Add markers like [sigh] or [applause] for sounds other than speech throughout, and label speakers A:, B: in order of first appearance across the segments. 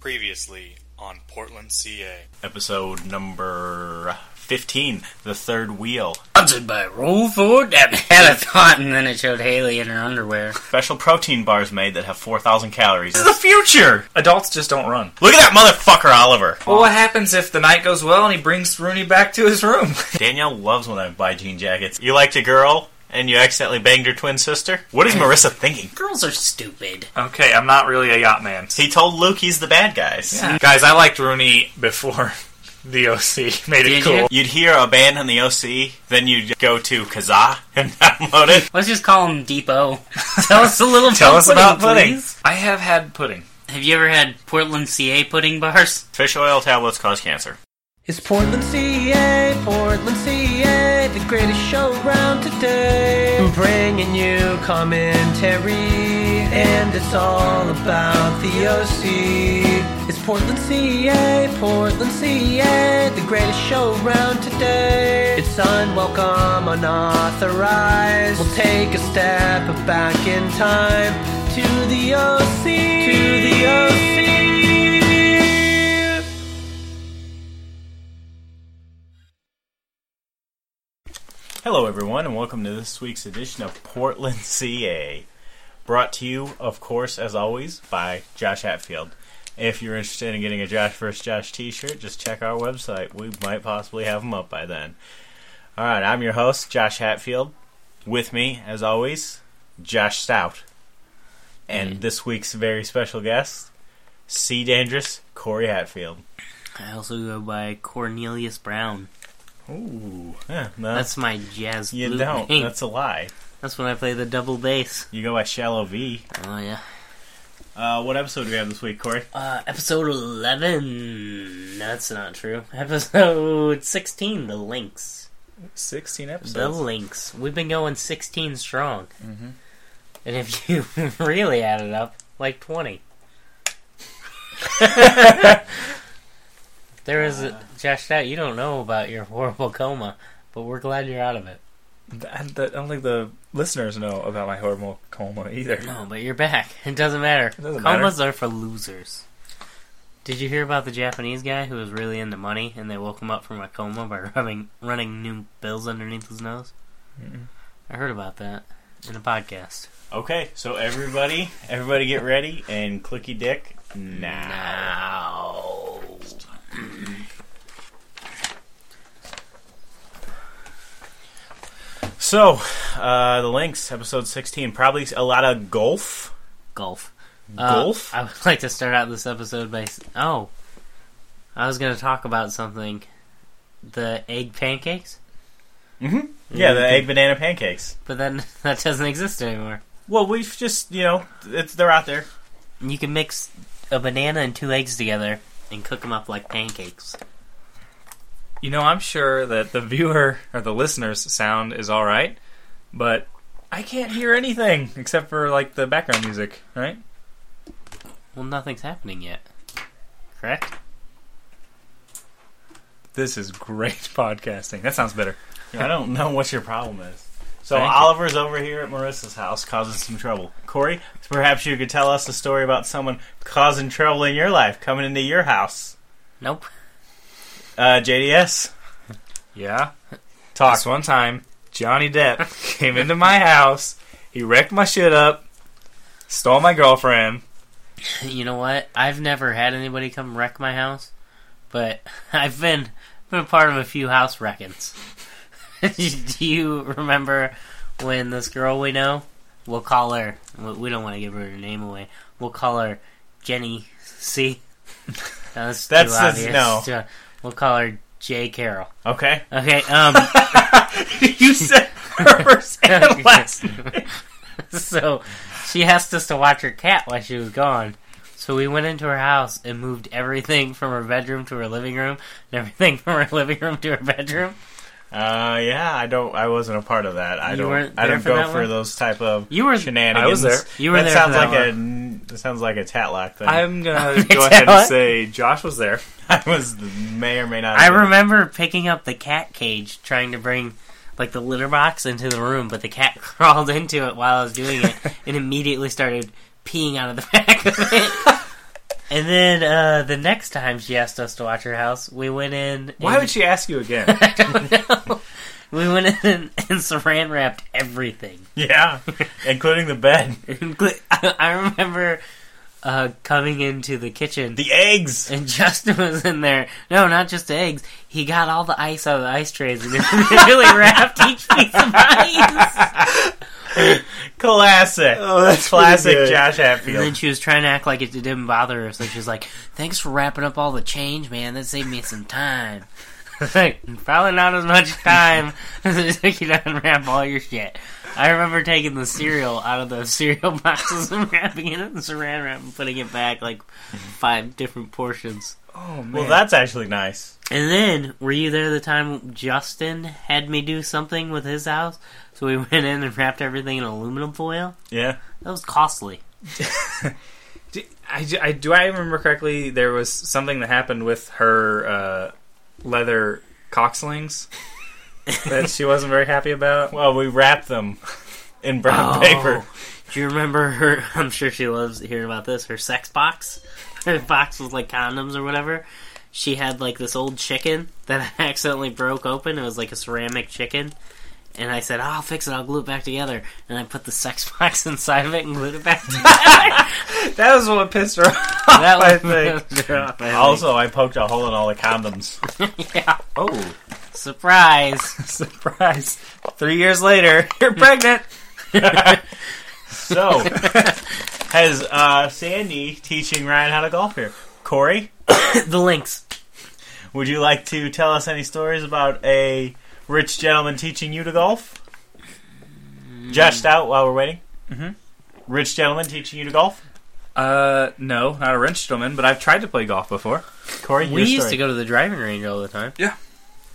A: Previously on Portland, CA.
B: episode number 15, The Third Wheel.
C: Sponsored by Roll Forward. That had a thought, and then it showed Haley in her underwear.
B: Special protein bars made that have 4,000 calories. This is the future!
D: Adults just don't run.
B: Look at that motherfucker, Oliver!
D: Well, what happens if the night goes well and he brings Rooney back to his room? [laughs]
B: Danielle loves when I buy jean jackets. You liked a girl, and you accidentally banged her twin sister? What is Marissa thinking?
C: Girls are stupid.
D: okay, I'm not really a yacht man.
B: He told Luke he's the bad guys.
D: Guys, I liked Rooney before [laughs] the OC made
C: Did
D: it cool.
C: you?
B: You'd hear a band on the OC, then you'd go to Kazaa and [laughs] download it.
C: Let's just call him Depot. [laughs] Tell us a little
D: Tell
C: about
D: us about pudding.
C: please.
D: I have had pudding.
C: Have you ever had Portland CA pudding bars?
B: Fish oil tablets cause cancer.
E: It's Portland CA, Portland CA, the greatest show around today. I'm bringing you commentary, and it's all about the OC. It's Portland CA, Portland CA, the greatest show around today. It's unwelcome, unauthorized. We'll take a step back in time to the OC, to the OC.
B: Hello, everyone, and welcome to this week's edition of Portland [laughs] CA. Brought to you, of course, as always, by Josh Hatfield. If you're interested in getting a Josh vs. Josh t shirt, just check our website. We might possibly have them up by then. All right, I'm your host, Josh Hatfield. With me, as always, Josh Stout. And this week's very special guest, C Dangerous, Corey Hatfield.
C: I also go by Cornelius Brown.
B: Ooh. Yeah, no,
C: That's my jazz
B: you
C: flute
B: don't.
C: name.
B: That's a lie.
C: That's when I play the double bass.
B: You go by Shallow V.
C: Oh yeah.
B: Uh, what episode do we have this week, Corey?
C: Uh, episode eleven. That's not true. Episode sixteen. The Lynx.
B: 16
C: The Lynx. We've been going 16 strong. And if you [laughs] really add it up, like [laughs] 20. there is a. Josh, that you don't know about your horrible coma, but we're glad you're out of [clears throat] it.
D: I I don't think the listeners know about my horrible coma either.
C: No, but you're back. [laughs] It doesn't matter.
D: doesn't
C: Comas are for losers. Did you hear about the Japanese guy who was really into money and they woke him up from a coma by [laughs] rubbing, running new bills underneath his nose? I heard about that in a podcast.
B: Okay, so everybody, everybody get ready and clicky dick now. So, uh, the links, episode 16, probably a lot of golf. Uh,
C: Golf.
B: Golf?
C: Uh, I would [laughs] like to start out this episode by. s- Oh. I was going to talk about something. The egg pancakes?
B: Yeah, the egg banana pancakes.
C: But then [laughs] that doesn't exist anymore.
B: Well, we've just, you know, it's, they're out there.
C: You can mix a banana and two eggs together and cook them up like pancakes.
D: You know, I'm sure that the viewer or the listener's sound is all right, but I can't hear anything except for like the background music, right?
C: Well, nothing's happening yet. Correct?
D: This is great [laughs] podcasting. That sounds better.
B: [laughs] I don't know what your problem is. So
D: Thank you.
B: Oliver's over here at Marissa's house causing some trouble. Corey, perhaps you could tell us a story about someone causing trouble in your life, coming into your house.
C: Nope.
B: Uh, JDS,
D: Yeah.
B: talk.
D: This one time, Johnny Depp [laughs] came into my house. He wrecked my shit up, stole my girlfriend.
C: You know what? I've never had anybody come wreck my house, but [laughs] I've been been a part of a few house wreckings. [laughs] Do you remember when this girl we know? We'll call her. we- We don't want to give her her name away. We'll call her Jenny C. [laughs] No, That's too
B: That's- that's-
C: obvious.
B: no.
C: Ju- We'll call her J. Carroll.
B: Okay.
C: Okay. Um.
D: [laughs] you said
B: [laughs]
D: her first
C: [laughs]
D: [laughs] and last.
C: so she asked us to watch her cat while she was gone. So we went into her house and moved everything from her bedroom to her living room, and everything from her [laughs] living room to her bedroom.
B: Uh, yeah, I don't. I wasn't a part of that. I
C: You
B: don't.
C: weren't
B: I
C: there
B: don't
C: for
B: go
C: that
B: for
C: one?
B: those type of
C: You were-
B: shenanigans.
D: I was there.
C: You were
B: that
C: there
B: sounds
C: for that
B: like a. That sounds like a tatlock thing.
D: I'm gonna
C: It's
D: [laughs] go ahead
C: not.
D: and say Josh was there.
B: [laughs] I was may or may not.
C: I
B: have been.
C: remember picking up the cat cage, trying to bring like the litter box into the room, but the cat [laughs]
B: [laughs] [laughs]
C: crawled [laughs] into it while I was doing it and immediately started peeing out of the back of it. And then uh, the next time she asked us to watch her house, we went in. And,
D: Why would she ask you again?
C: I don't know. We went in and, and saran wrapped everything.
B: [laughs] Yeah, including the bed, [laughs]
C: Inclu- I I remember uh, coming into the kitchen
B: the eggs.
C: and Justin was in there. No, not just the eggs. He got all the ice out of the ice trays and [laughs] really wrapped each piece of ice.
B: Classic.
D: Oh, that's
B: classic
D: pretty good.
B: Josh
C: And then
B: Hatfield.
C: she was trying to act like it didn't bother her, so she's like, "Thanks for wrapping up all the change, man. That saved me some time." [laughs] like, probably not as much time [laughs] as it took you to unwrap all your shit. I remember taking the [laughs] cereal out of those cereal boxes and wrapping it in saran wrap and putting it back like five different portions.
D: Oh man.
B: Well, that's actually nice.
C: And then, were you there the time Justin had me do something with his house? So we [laughs] went in and wrapped everything in aluminum foil?
B: Yeah.
C: That was costly.
D: Do I, I- do I remember correctly? There was something that happened with her uh, leather
B: [laughs]
D: coxlings that she wasn't very happy about.
B: Well, we wrapped them in brown
C: Oh.
B: paper.
C: Do you remember her? [laughs] I'm sure she loves hearing about this. Her sex box, [laughs] her box with like condoms or whatever. She had like this old chicken that [laughs] I accidentally broke open. It was like a ceramic chicken, and I said, oh, "I'll fix it. I'll glue it back together." And I put the sex [laughs] box inside of it and glued it [laughs] back together.
D: [laughs] That was what pissed her off.
C: that [laughs]
D: I
C: was also
B: Also, I poked a hole in all the condoms.
C: yeah.
D: Oh,
C: surprise. [laughs]
B: Oh.
D: surprise! Three years later, [laughs] you're pregnant.
B: So, has uh, Sandy teaching Ryan how to golf here? Corey,
C: the links.
B: would you like to tell us any stories about a rich gentleman teaching you to golf?
C: Mm.
B: Just out while we're waiting.
C: Mm-hmm.
D: Mhm.
B: Rich gentleman teaching you to golf.
D: Uh, no, not a wrench gentleman, but I've tried to play golf before.
B: Corey, [laughs]
C: We
B: your
C: used
B: story.
C: to go to the driving range all the time.
D: Yeah.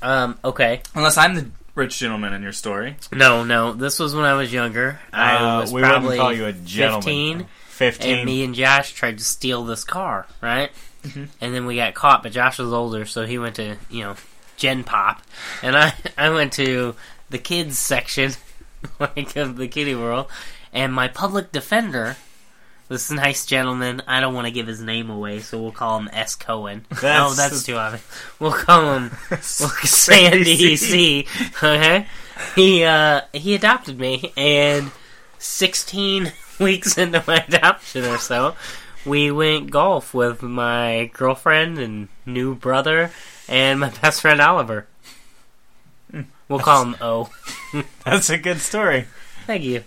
C: Um. Okay.
D: Unless I'm the rich gentleman in your story.
C: No. No. This was when I was younger. I
B: Uh,
C: was
B: we
C: probably
B: wouldn't call you a gentleman.
C: 15,
B: Fifteen.
C: and me and Josh tried to steal this car, right? And then we got caught, but Josh was older, so he went to you know Gen Pop, and I [laughs] I went to the kids section, [laughs] like of the kiddie world, and my public defender. This nice gentleman, I don't want to give his name away, so we'll call him S. Cohen. no,
B: That's-
C: that's too obvious. We'll call him [laughs] well, Sandy C. [laughs] Okay, he uh, he adopted me, and 16 [laughs] weeks into my adoption or so, we went golf with my girlfriend and new brother and my best friend Oliver. We'll call him O.
B: [laughs] That's a good story. [laughs]
C: Thank you.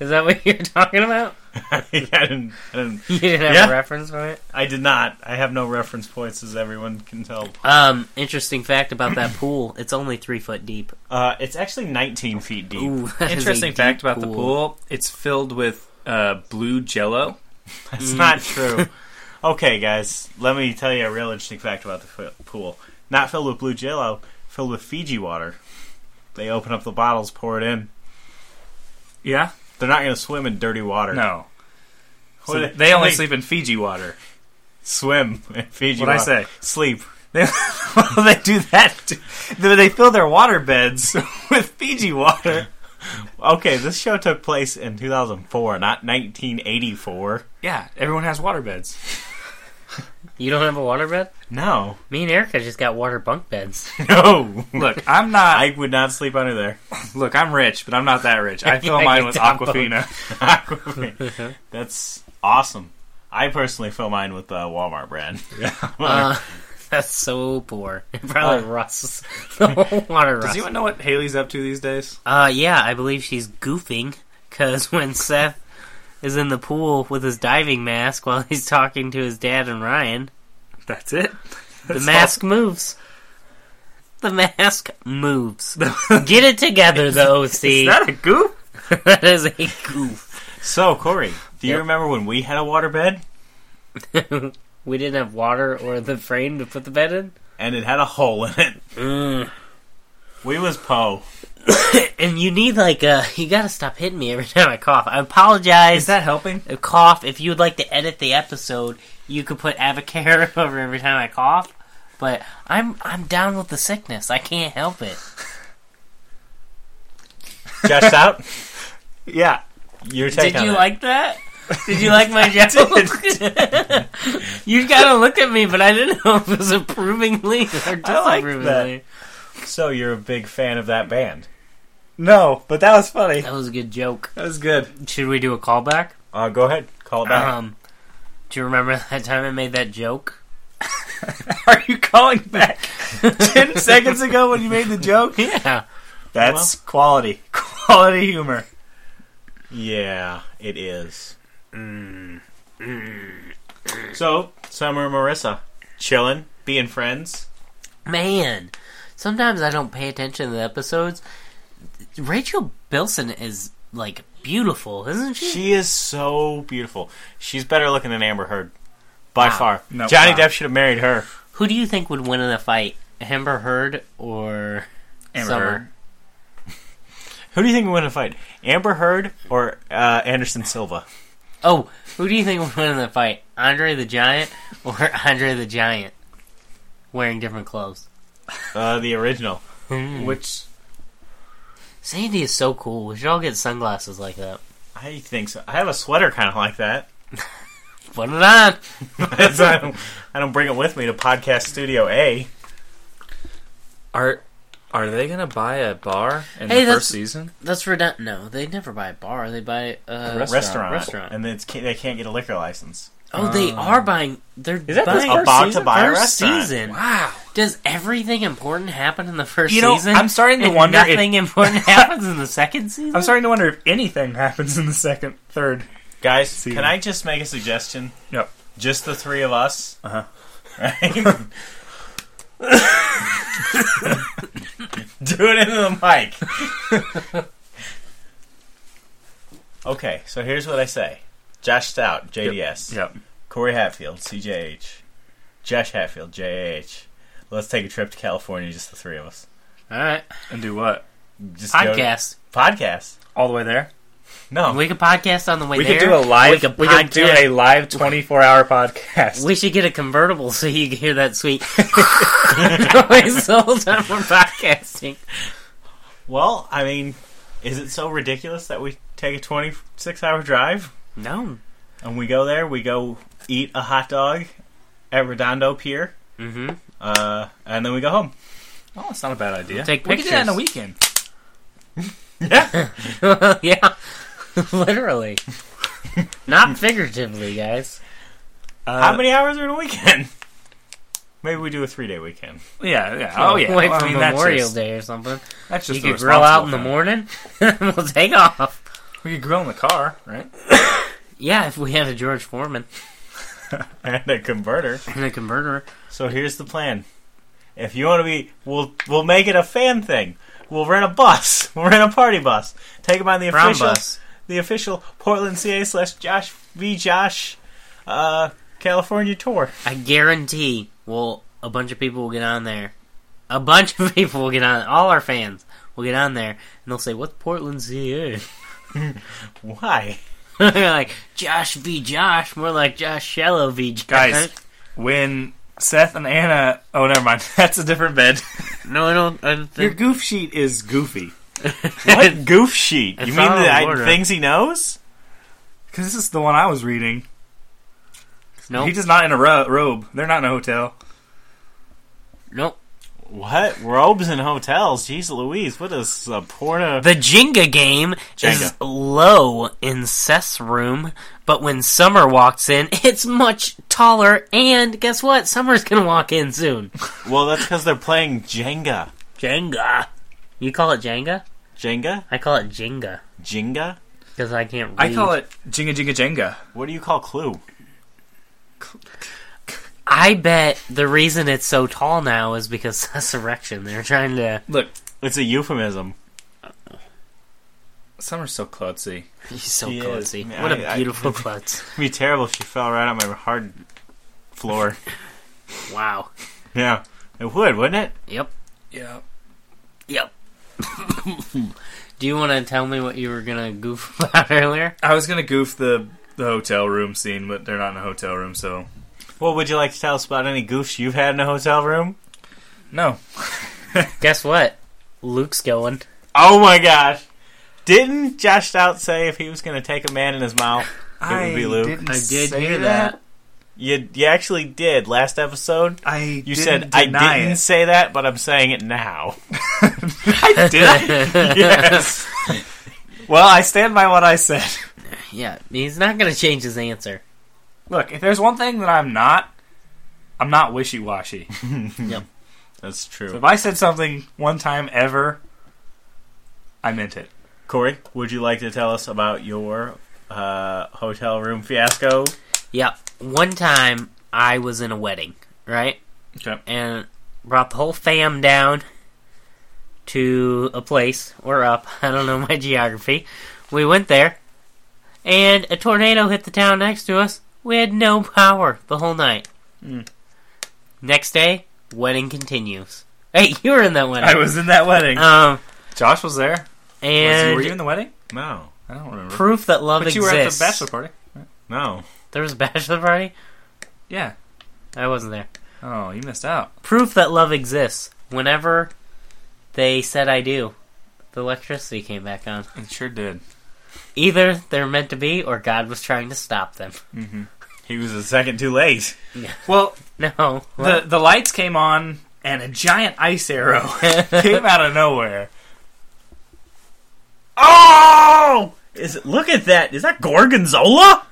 C: Is that what you're [laughs] talking about?
B: I didn't- I didn't
C: You didn't have
B: Yeah.
C: a reference for it.
B: I did not. I have no reference points, as everyone can tell.
C: Um, interesting fact about that pool: it's only three foot deep.
B: Uh, it's actually 19 feet deep.
C: Ooh, [laughs] that is a
D: Interesting
C: deep
D: fact about the pool: it's filled with uh, blue Jello.
B: [laughs] That's not true. Mm. [laughs] okay, guys, let me tell you a real interesting fact about the f- pool. Not filled with blue jello, filled with Fiji water. They open up the bottles, pour it in.
D: [laughs] Yeah.
B: They're not going to swim in dirty water.
D: No. So
B: What-
D: they only sleep in Fiji water.
B: Swim in Fiji
D: What'd I
B: water.
D: say? [laughs]
B: Sleep.
D: They, well, they do that. too. They they fill their
B: [laughs]
D: water beds with Fiji water.
B: Okay, this show took place in 2004, not 1984.
D: Yeah, everyone has water beds.
C: You don't have a water bed?
B: No.
C: Me and Erica just got water bunk beds.
B: [laughs] No.
D: Look, I'm not.
B: I would not sleep under there.
D: look, I'm rich, but I'm not that
B: [laughs]
D: rich. I fill
C: Yeah,
D: mine
C: get
D: with
C: down,
D: Aquafina.
B: That's awesome. I personally fill mine with the Walmart brand. [laughs]
C: Uh, [laughs] Oh. that's so poor. It probably rusts. [laughs] The whole water
D: Does
C: rusts.
D: anyone know what Haley's up to these days?
C: Uh, yeah, I believe she's goofing because [laughs] when Seth is in the pool with his diving mask while he's talking to his dad and Ryan,
D: That's it.
C: the mask moves. The mask
D: [laughs]
C: moves. Get it together, the
D: Is
C: OC.
D: that a goop?
C: [laughs] that is a goof.
B: So, Corey, do you
C: Yep.
B: remember when we had a waterbed
C: we didn't have water or the frame to put the bed in.
B: and it had a hole in it?
D: Mm.
B: We was Poe.
C: And you need like uh you gotta stop hitting me every [laughs] time I cough. I apologize.
D: Is that helping?
C: a cough. If you would like to edit the episode, you could put avocado [laughs] over every time I cough. But I'm I'm down with the sickness. I can't help it.
D: [laughs]
B: Just out.
D: Yeah.
B: Your take
C: Did
B: on
C: you
B: it. [laughs]
C: [laughs] like that? Did you like my joke? You gotta look at me, but I didn't know if it was approvingly or
B: I like
C: disapprovingly.
B: So you're a big fan of that band.
D: No, but that was funny.
C: That was a good joke.
D: That was good. Uh-huh.
C: Should we do a callback?
B: Uh, go ahead, call it back.
C: Um, do you remember [laughs] that time I made that joke?
D: [laughs] Are you calling [laughs] back 10 seconds ago when you made the joke?
C: Yeah.
D: That's quality. [laughs] Quality humor.
B: Yeah, it is.
D: Mm.
B: So Summer and Marissa chilling, being friends.
C: Man, sometimes I don't pay attention to the episodes. Rachel Bilson is, like, beautiful, isn't she?
B: She is so beautiful. She's better looking than Amber Heard. By
C: Wow.
B: far.
D: No,
B: Johnny
D: wow.
B: Depp should have married her.
C: Who do you think would win in a fight? Amber Heard or
D: Amber
C: Summer?
D: Heard.
B: Who do you think would win a fight? Amber Heard or uh, Anderson Silva?
C: Oh, who do you think would win in the fight? Andre the Giant or [laughs] Andre the Giant? Wearing different clothes.
B: Uh, the original.
D: Which
C: Sandy is so cool. We should all get sunglasses like that.
B: I think so. I have a sweater kind of like that. [laughs]
C: Put it on.
B: That's why I, don't, I don't bring it with me to Podcast Studio A.
D: are are they gonna buy a bar in
C: Hey,
D: the
C: that's-
D: first season?
C: That's redundant. No, they never buy a bar. They buy uh,
D: A restaurant.
B: Restaurant.
C: Restaurant.
B: And it's, can't, they can't get a liquor license.
C: Oh, they are buying. They're
D: Um, that the
C: buying
D: first
B: About to buy a
C: first
B: restaurant.
C: season.
D: Wow.
C: Does everything important happen in the first
D: You know,
C: season?
D: I'm starting to
C: and
D: wonder if-
C: Nothing
D: [laughs]
C: important happens in the second season.
D: I'm starting to wonder if anything happens in the second, third.
B: Guys,
D: See
B: can
D: you.
B: I just make a suggestion?
D: Yep.
B: Just the three of us.
D: Uh-huh.
B: Right? [laughs] Do it into the mic. okay, so here's what I say Josh Stout, JDS.
D: Yep.
B: Corey Hatfield, CJH. Josh Hatfield, JH. Let's take a trip to California, just the three of us.
C: All right,
D: And do what?
B: Just go to-
C: podcast.
B: Podcast.
D: All the way there?
B: No.
C: We could podcast on the way
D: We
C: there.
D: could do a live
C: We could,
D: we could do
C: podcast.
D: a live twenty four hour podcast.
C: We should get a convertible so you can hear that
D: [laughs]
C: sweet [laughs] noise the whole time we're podcasting.
B: well, I mean, is it so ridiculous that we take a 26 hour drive?
C: No.
B: And we go there. We go eat a hot dog at Redondo Pier,
C: Mm-hmm.
B: uh, and then we go home.
D: oh, it's not a bad idea.
C: Take
D: we could do that in a
C: pictures.
D: weekend.
C: [laughs] yeah. Literally. Not figuratively, guys.
D: Uh,
B: How many hours are in a weekend? [laughs] Maybe we do a three day weekend. [laughs]
D: Yeah, yeah. Oh, yeah.
C: Wait
D: Well,
C: for
D: I mean, that's
C: Memorial
D: just-
C: Day or something.
D: That's just
C: You
D: the
C: could grill out in the
D: responsible
C: morning, and [laughs] we'll take off.
D: thing. We could grill in the car, right?
C: Yeah, if we had a George Foreman
B: and a converter.
C: and a converter.
B: So here's the plan. If you want to be, we'll we'll make it a fan thing. We'll rent a bus. [laughs] We'll rent a party bus. Take them on the
C: Brown
B: official,
C: bus.
B: the official Portland CA slash Josh V Josh, uh, California tour.
C: I guarantee we'll a bunch of people will get on there. A bunch of [laughs] people will get on. All our fans will get on there, and they'll say, "What's Portland CA?"
B: Why?
C: [laughs] They're like Josh v Josh, more like Josh Shallow v Josh.
D: Guys. When Seth and Anna. Oh, never mind. [laughs] That's a different bed.
C: no, I don't. I don't
B: Your
C: think
B: goof sheet is goofy. [laughs] What goof sheet?
C: It's
B: you mean
C: not on
B: the
C: the
B: I-
C: border.
B: things he knows?
D: Because this is the one I was reading.
C: nope,
D: He does not in a ro- robe. They're not in a hotel.
C: nope.
B: What robes and hotels? Jeez Louise, what is a porno?
C: The Jenga game is
B: Jenga.
C: low in Seth's room, but when Summer walks in, [laughs] it's much taller. And guess what? Summer's gonna walk in soon.
B: Well, that's because they're playing Jenga.
C: Jenga. You call it Jenga?
B: Jenga,
C: I call it Jenga
B: Jenga.
C: because I can't. Read.
D: I call it Jinga Jinga Jenga.
B: What do you call Clue?
C: I bet the reason it's so tall now is because [laughs] Seth's erection. They're trying [laughs] to.
D: Look,
B: It's a euphemism.
D: Summer's so klutzy.
C: He's so
B: He is.
C: klutzy.
B: Man,
C: What
B: I-
C: a
B: I-
C: [laughs] beautiful klutz.
B: It'd be terrible if she fell right on my hard floor. [laughs]
C: Wow.
B: yeah, it would, wouldn't it?
C: Yep.
D: Yeah.
C: Yep. Do you want to tell me what you were gonna goof [laughs] about earlier?
D: I was gonna goof the the hotel room scene, but they're not in a hotel room, so
B: Well, would you like to tell us about any goofs you've had in a hotel room?
D: no.
C: Guess what? Luke's going.
B: Oh my gosh! Didn't Josh Stout say if he was going to take a man in his mouth, it would be Luke?
C: I did hear that.
B: You you actually did last episode.
D: I
B: You said I didn't say that, but I'm saying it now.
D: I did.
C: [laughs]
B: yes.
D: well, I stand by what I said. [laughs]
C: Yeah, he's not going to change his answer.
D: Look, if there's one thing that I'm not, I'm not
B: [laughs]
D: wishy washy.
B: That's
D: if
B: true.
D: I said something one time ever, I meant it.
B: Corey, would you like to tell us about your uh, hotel room fiasco?
C: Yeah, one time I was in a wedding, right?
D: Okay.
C: And brought the whole fam down to a place or up. [laughs] I don't know my geography. We went there, and a tornado hit the town next to us. We had no power the whole night.
D: Mm.
C: Next day, wedding continues. [laughs] Hey, you were in that wedding.
D: I was in that wedding.
C: Um,
D: Josh was there. Was he-
C: and
D: were you in the wedding?
B: No,
D: I don't remember.
C: proof that love
D: but you
C: exists.
D: were at the bachelor party.
B: no.
C: There was a bachelor party.
D: Yeah.
C: I wasn't there.
D: Oh, you missed out.
C: proof that love exists. Whenever they said I do, the electricity came back on.
D: It sure did.
C: Either they're meant to be or God was trying to stop them. [laughs]
B: He was a second too late.
D: Well,
C: No. [laughs]
D: the the lights came on and a giant ice arrow [laughs] came out of nowhere.
B: Oh! Is it, look at that. Is that Gorgonzola?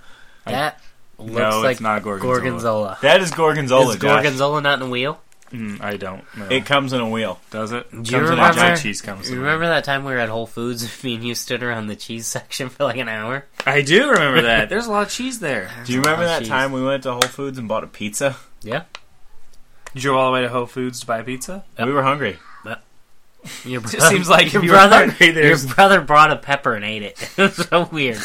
C: that [laughs] looks
D: no,
C: like
D: it's not Gorgonzola.
C: Gorgonzola.
B: That is Gorgonzola.
C: Is
B: Josh.
C: Gorgonzola not in a wheel?
D: Mm, I don't know.
B: It comes in a wheel.
D: does it? Do
C: you
D: in a
C: remember-
D: giant cheese comes
C: You
D: in.
C: remember that time we were at Whole Foods [laughs] and me and you stood around the cheese section for like an hour?
D: I do [laughs] remember that. There's a lot of cheese there.
B: Do you remember
C: Oh,
B: that
C: jeez.
B: time we went to Whole Foods and bought a pizza?
C: Yeah.
D: Did you go all the way to Whole Foods to buy pizza?
B: We were hungry.
C: Your brother,
D: just seems like
C: your
D: if you were
C: brother,
D: hungry,
C: your
D: there's-
C: brother brought a pepper and ate it. [laughs] It was so
D: [laughs]
C: weird.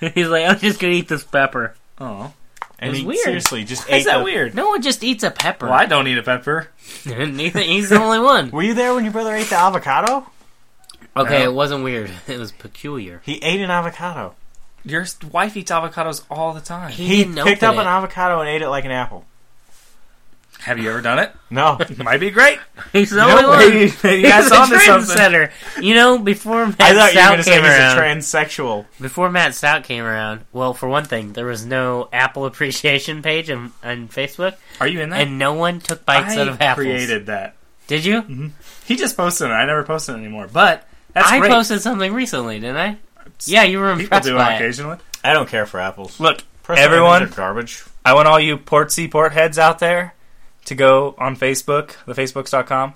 C: He's like, I'm just gonna eat this pepper.
D: Oh,
B: And
C: was
B: he
C: weird.
B: seriously
C: [laughs]
B: just ate
D: is that
B: the-
D: weird?
C: No one just eats a pepper.
D: Well, I don't eat a pepper.
C: [laughs] Neither, he's the only one.
B: Were you there when your brother ate the avocado?
C: [laughs] Okay,
D: No.
C: it wasn't weird. [laughs] It was peculiar.
B: He ate an avocado.
D: Your s- wife eats avocados all the time.
C: He,
B: He
C: didn't
B: picked
C: open
B: up an
C: it.
B: avocado and ate it like an apple.
D: Have you ever done it?
C: [laughs]
B: No.
D: It might be great.
C: He's the
D: [laughs] You
C: only
D: know,
C: one.
D: maybe- maybe
C: He's
D: that's
C: the
D: onto something.
C: trendsetter. You know, before Matt
B: I thought you were
C: Stout
B: going to say
C: came
B: he's a
C: around,
B: transsexual.
C: before Matt Stout came around, well, for one thing, there was no Apple appreciation page on, on Facebook,
D: Are you in that?
C: and no one took bites
D: I
C: out of apples.
D: created that.
C: Did you?
D: He just posted it. I never posted it anymore. But that's
C: I
D: great.
C: posted something recently, didn't I? Yeah, you were
D: People
C: impressed
D: do
C: by
D: it
C: it.
D: occasionally.
B: I don't care for apples.
D: Look,
B: Personally,
D: everyone-
B: they're garbage.
D: I want all you port seaport heads out there to go on Facebook, thefacebooks.com,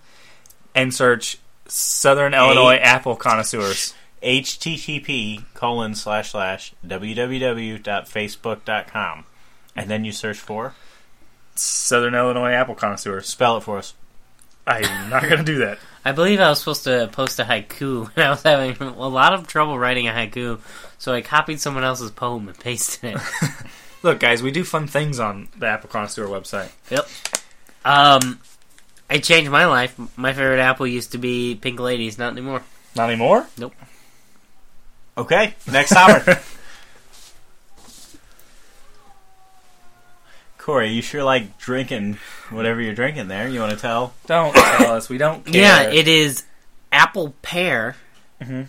D: and search Southern Illinois apple connoisseurs.
B: http colon slash slash www.facebook.com. And then you search for?
D: Southern Illinois apple connoisseurs.
B: Spell it for us.
D: I'm not going to do that.
C: I believe I was supposed to post a haiku, [laughs] and I was having a lot of trouble writing a haiku, so I copied someone else's poem and
B: [laughs]
C: pasted it.
D: Look, guys, we do fun things on the apple connoisseur website.
C: Yep. Um, I changed my life. My favorite apple used to be Pink Ladies, not anymore.
D: Not anymore?
B: Okay, next [laughs] topic. Corey, you sure like drinking whatever you're drinking there. You want to tell?
D: Don't tell us. We don't care.
C: Yeah, it is apple pear
B: Mm-hmm.
D: Mhm.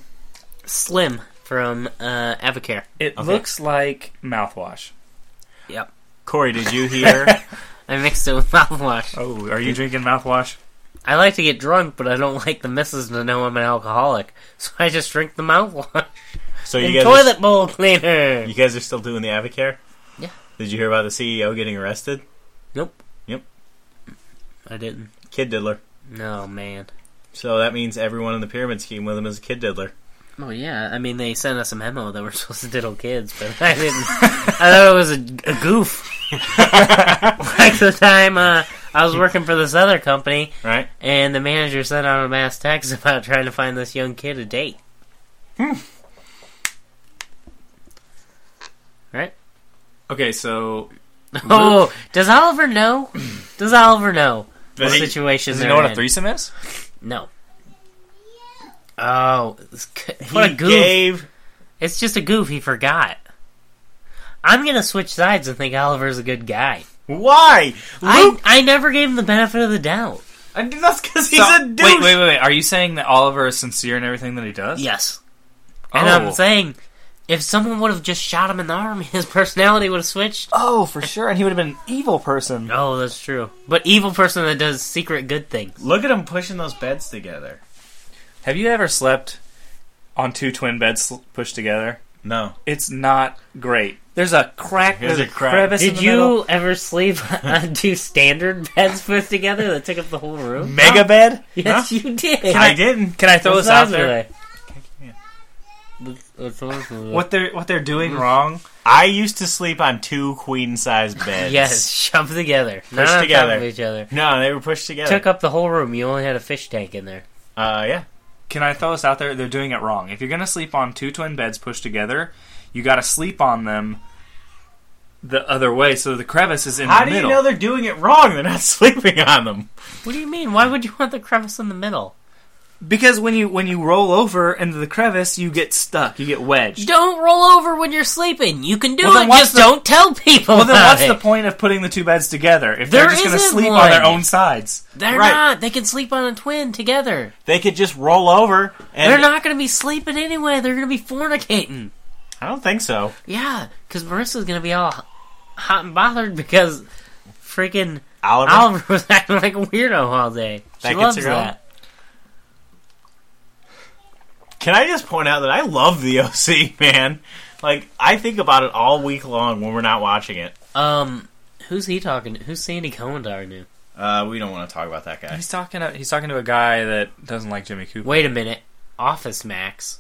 C: slim from uh, Avocare.
D: It
B: Okay.
D: looks like mouthwash.
C: Yep.
B: Corey, did you hear? [laughs]
C: I mixed it with [laughs] mouthwash.
D: Oh, are you drinking mouthwash?
C: I like to get drunk, but I don't like the missus to know I'm an alcoholic, so I just drink the mouthwash
B: so you
C: and
B: guys,
C: toilet
B: are,
C: bowl cleaner.
B: you guys are still doing the Avocare?
C: Yeah.
B: Did you hear about the CEO getting arrested?
C: Nope.
B: Yep.
C: I didn't.
B: Kid diddler.
C: No man.
B: So that means everyone in the pyramid scheme with him is a kid
D: [laughs]
B: diddler.
C: Oh yeah, I mean they sent us a memo that we're [laughs] supposed to diddle kids, but I didn't. I thought it was a, a goof. [laughs] like the time uh, I was working for this other company,
B: Right?
C: and the manager sent out a mass text [laughs] about trying to find this young kid a date.
D: Hmm.
C: Right?
D: Okay, so
C: [laughs] Oh, does Oliver
D: [clears throat]
C: know? Does Oliver know what
B: Does he-
C: situation?
D: does
C: they're
D: he know what
C: in?
D: a threesome is?
C: No. Oh, it's c-
D: [laughs]
B: He
C: he goofed.
B: gave.
C: It's just a goof. He forgot. I'm gonna switch sides and think Oliver's a good guy.
B: Why?
C: I
B: Luke,
C: I never gave him the benefit of the doubt.
B: I, that's because he's
D: So-
B: a douche.
D: Wait, wait, wait, wait. Are you saying that Oliver is sincere in everything that he does?
C: Yes,
D: Oh.
C: and I'm saying If someone would have just shot him in the arm, [laughs] his personality would have switched.
D: Oh, for sure, and he would have been an evil person.
C: Oh, that's true. But evil person that does secret good things.
B: Look at him pushing those beds together.
D: Have you ever slept on two twin beds sl- pushed together?
B: No.
D: It's not great. There's a crack.
B: Here's
D: there's
B: a
D: a,
B: crack.
D: crevice. in
C: Did
D: the
C: you
D: middle.
C: ever sleep [laughs] on two standard beds put together that took up the whole room?
D: mega bed?
C: [laughs] Yes, you did.
B: I didn't.
D: Can [laughs] I throw
C: What
D: this out
C: size
D: there?
C: What?
D: What they're what they're doing
B: Mm.
D: wrong?
B: I used to sleep on two queen
C: [laughs]
B: size beds.
C: Yes, shove together.
B: Pushed
C: Not together.
B: together.
C: each other.
B: No, they were pushed together.
C: Took up the whole room. You only had a fish tank in there.
B: uh, yeah.
D: Can I throw this out there? They're doing it wrong. If you're gonna sleep on two twin beds pushed together, you got to sleep on them the other way, so the crevice is in
B: How
D: the
B: do you
D: middle.
B: know they're doing it wrong? They're not sleeping [laughs] on them.
C: What do you mean? Why would you want the crevice in the middle?
D: because when you when you roll over into the crevice, you get stuck. You get wedged.
C: Don't roll over when you're sleeping. You can do
D: Well, then
C: it.
D: what's
C: Just
D: the-
C: don't tell people.
D: Well, then
C: about
D: what's
C: it.
D: the point of putting the two beds together if
C: There
D: they're just gonna
C: isn't
D: sleep
C: one.
D: on their own sides?
C: They're
B: Right.
C: not. They can sleep on a twin together.
B: They could just roll over and
C: They're not going to be sleeping anyway. They're going to be fornicating.
B: I don't think so.
C: Yeah, because Marissa's going to be all hot and bothered because freaking
B: Oliver,
C: Oliver was [laughs] acting like a weirdo all day.
B: That
C: She
B: gets
C: loves
B: her going?
C: that.
B: can I just point out that I love the [laughs] OC, man? Like I think about it all week long when we're not watching it.
C: Um, who's he talking to? Who's Sandy Cohen talking to?
B: Uh, we don't want to talk about that guy.
D: He's talking. To, he's talking to a guy that doesn't like Jimmy Cooper.
C: Wait a minute. Office Max.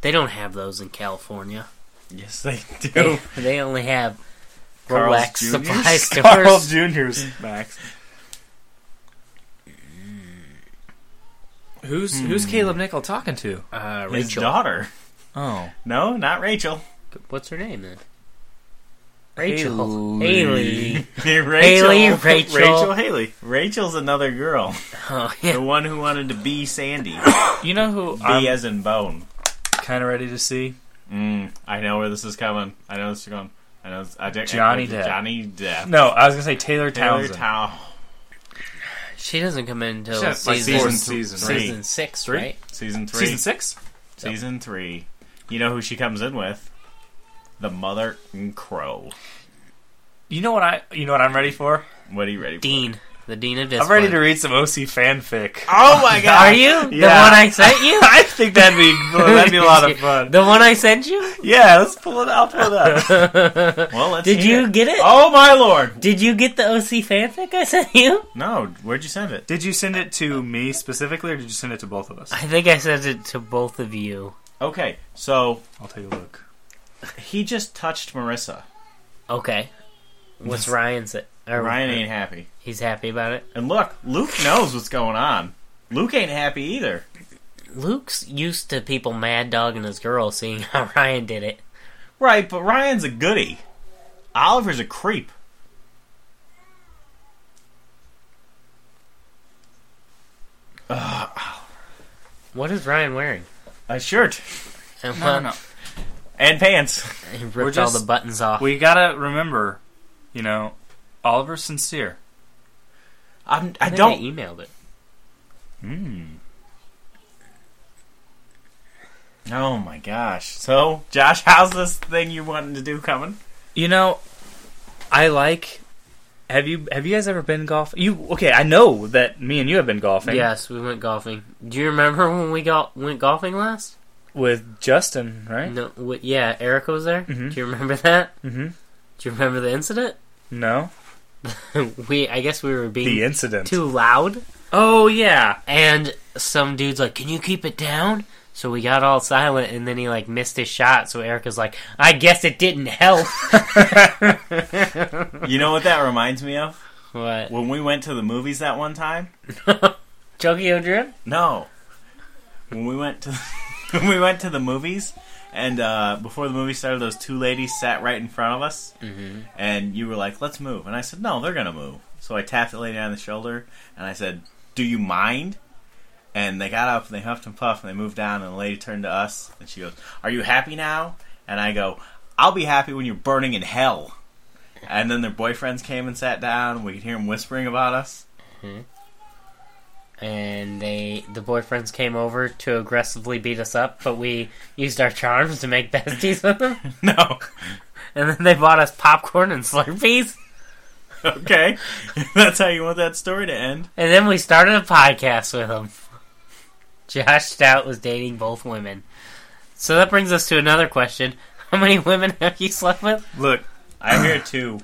C: They don't have those in California.
B: Yes, they
C: They,
B: do.
C: [laughs] they only have
B: Carl's
C: Rolex
B: Jr.'s?
C: supply stores.
D: Carl [laughs] Junior's Max. Who's who's Caleb Nickel talking to?
C: uh,
B: His
C: Rachel.
B: daughter.
D: Oh,
B: No, not Rachel. [laughs]
C: What's her name then? Rachel.
D: Haley.
C: Haley.
B: Rachel.
C: Haley, Rachel.
B: Rachel Haley. Rachel's another girl.
C: [laughs] Oh,
B: The
C: yeah.
B: one who wanted to be Sandy. B
D: you know who I'm
B: as in bone.
D: kind of ready to see?
B: Mm, I know where this is coming. I know this is going. I know. This, I did,
D: Johnny Depp.
B: Johnny Depp.
D: No, I was gonna say Taylor
B: Taylor
D: Townsend.
B: Town.
C: She doesn't come in until
D: She has, like,
C: season,
D: fourth
B: season
D: season.
B: three.
C: season six,
D: Three?
C: right?
B: Season three.
D: Season six.
B: Season three. You know who she comes in with? The mother and crow.
D: You know what I? You know what I'm ready for?
B: What are you ready for?
C: Dean. The Dean of Discipline.
D: I'm ready to read some OC fanfic.
B: Oh my god!
C: Are you? The
D: Yeah.
C: one I sent you?
D: [laughs] I think that'd be that'd be a lot
C: [laughs]
D: of fun.
C: The one I sent you?
D: Yeah, let's pull it. I'll pull it up.
B: Well, let's
C: Did
B: hear
C: you
B: it.
C: get it?
B: Oh my lord!
C: Did you get the OC fanfic I sent you?
B: No, where'd you send it?
D: Did you send it to me specifically, or did you send it to both of us?
C: I think I sent it to both of you.
B: Okay, so
D: I'll take a look.
B: he just touched Marissa.
C: Okay. What's Ryan's? Or
B: Ryan ain't happy.
C: He's happy about it.
B: And look, Luke knows what's going on. Luke ain't happy either.
C: Luke's used to people mad dogging his girl, seeing [laughs] how Ryan did it.
B: Right, but Ryan's a goody. Oliver's a creep.
C: What is Ryan wearing?
B: A shirt
C: And
D: No, no, no.
B: and pants.
C: He ripped
D: We're
C: all
D: just-
C: the buttons off.
D: We gotta remember, you know, Oliver's sincere.
B: I'm, I
C: I think
B: don't.
C: I emailed it.
B: Oh my gosh. So, Josh, how's this thing you wanted to do coming?
D: You know, I like. Have you have you guys ever been golf? You okay? I know that me and you have been golfing.
C: Yes, we went golfing. Do you remember when we got went golfing last?
D: with Justin, right?
C: No, w- yeah, Erica was there.
D: Mhm.
C: Do you remember that?
D: Mhm.
C: Do you remember the incident? [laughs]
D: No,
C: we, I guess we were
D: the
C: being
D: incident. [laughs]
C: too loud,
D: Oh yeah,
C: and some dude's like, "Can you keep it down?" So we got all silent, and then he like missed his shot. So Erica's like, "I guess it didn't help."
D: [laughs]
B: You know what that reminds me of?
C: what?
B: When we went to the movies that one time?
C: Tokyo Drift?
B: No. When we went to [laughs] when we went to the movies and uh, before the movie started those two ladies sat right in front of us and you were like, "Let's move." And I said, "No, they're going to move." So I tapped the lady on the shoulder and I said, "Do you mind?" And they got up and they huffed and puffed and they moved down and the lady turned to us and she goes, "Are you happy now?" And I go, "I'll be happy when you're burning in hell." And then their boyfriends came and sat down and we could hear them whispering about us.
C: and they the boyfriends came over to aggressively beat us up, but we used our charms to make besties with them,
D: [laughs]
B: No.
C: and then they bought us popcorn and Slurpees,
B: [laughs] Okay. [laughs] That's how you want that story to end.
C: and then we started a podcast with them. Josh Stout was dating both women, so that brings us to another question: How many women have you slept with?
B: Look, I'm
D: [sighs]
B: here too.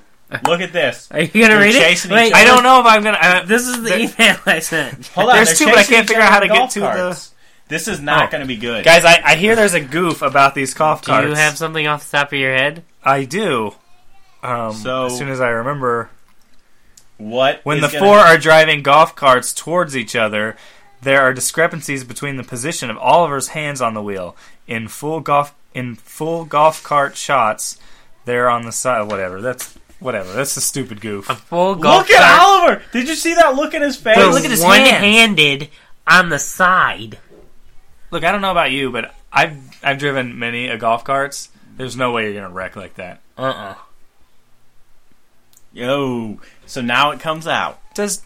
B: Look at this.
C: Are you gonna
B: They're
C: read it?
B: chasing each other.
D: I don't know if I'm gonna. uh, I,
C: This is the e-
D: They're-
C: email I sent.
B: Hold on.
D: There's
B: they're
D: two, but I
B: chasing
D: can't
B: each
D: figure out
B: other
D: how to
B: with
D: get
B: golf
D: to the-
B: carts. This is not
D: Oh.
B: going to be good.
D: guys, I, I hear there's a goof about these cough
C: Do
D: cards.
C: you have something off the top of your head?
D: I do. Um,
B: So-
D: as soon as I remember,
B: what?
D: when
B: is
D: the
B: gonna-
D: four are driving golf carts towards each other, there are discrepancies between the position of Oliver's hands on the wheel. In full golf in full golf cart shots, they're on the side. Whatever. That's whatever. That's a stupid goof.
C: Full golf
B: Look at
C: cart.
B: Oliver! Did you see that look in his face?
D: Wait, look at his hands.
C: One-handed on the side.
D: Look, I don't know about you, but I've I've driven many a golf carts. There's no way you're gonna wreck like that.
C: Uh-uh.
B: Yo. So now it comes out.
D: Does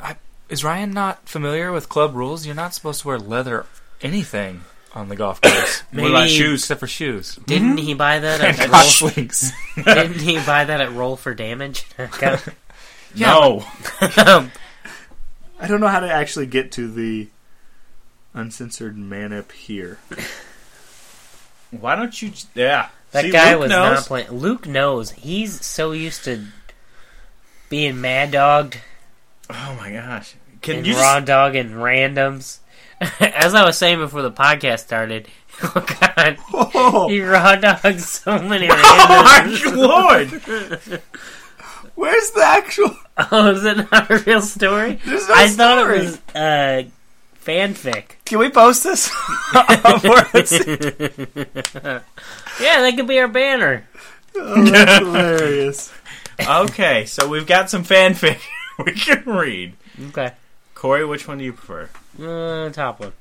D: I, is Ryan not familiar with club rules? You're not supposed to wear leather anything on the golf [coughs] course
B: What about
C: Maybe-
B: shoes?
D: except for shoes
C: Didn't he buy that
D: [laughs]
C: at
D: and
C: roll,
D: cufflinks.
C: Didn't he buy that at roll for damage? [laughs]
B: no.
C: Um,
D: I don't know how to actually get to the uncensored man up here.
B: Why don't you? Yeah.
C: that
B: See,
C: guy
B: Luke
C: was
B: knows.
C: not playing. Luke knows. He's so used to being mad dogged
B: Oh my gosh! Can
C: and
B: you
C: raw dogging randoms. [laughs] As I was saying before the podcast started, [laughs] oh god,
D: [laughs] Oh, [laughs]
C: he raw dogged
B: [laughs]
C: so many randoms.
B: just? Lord,
D: [laughs] where's the actual?
C: [laughs] Oh, is it not a real story?
D: There's no
C: I thought
D: story.
C: it was uh, fanfic.
D: Can we post [laughs] this?
C: [laughs]
D: [laughs]
C: Yeah, that could be our banner.
D: that's hilarious.
B: [laughs] okay, so we've got some fanfic [laughs] we can read.
C: Okay.
B: Corey, which one do you prefer?
C: Uh, top one.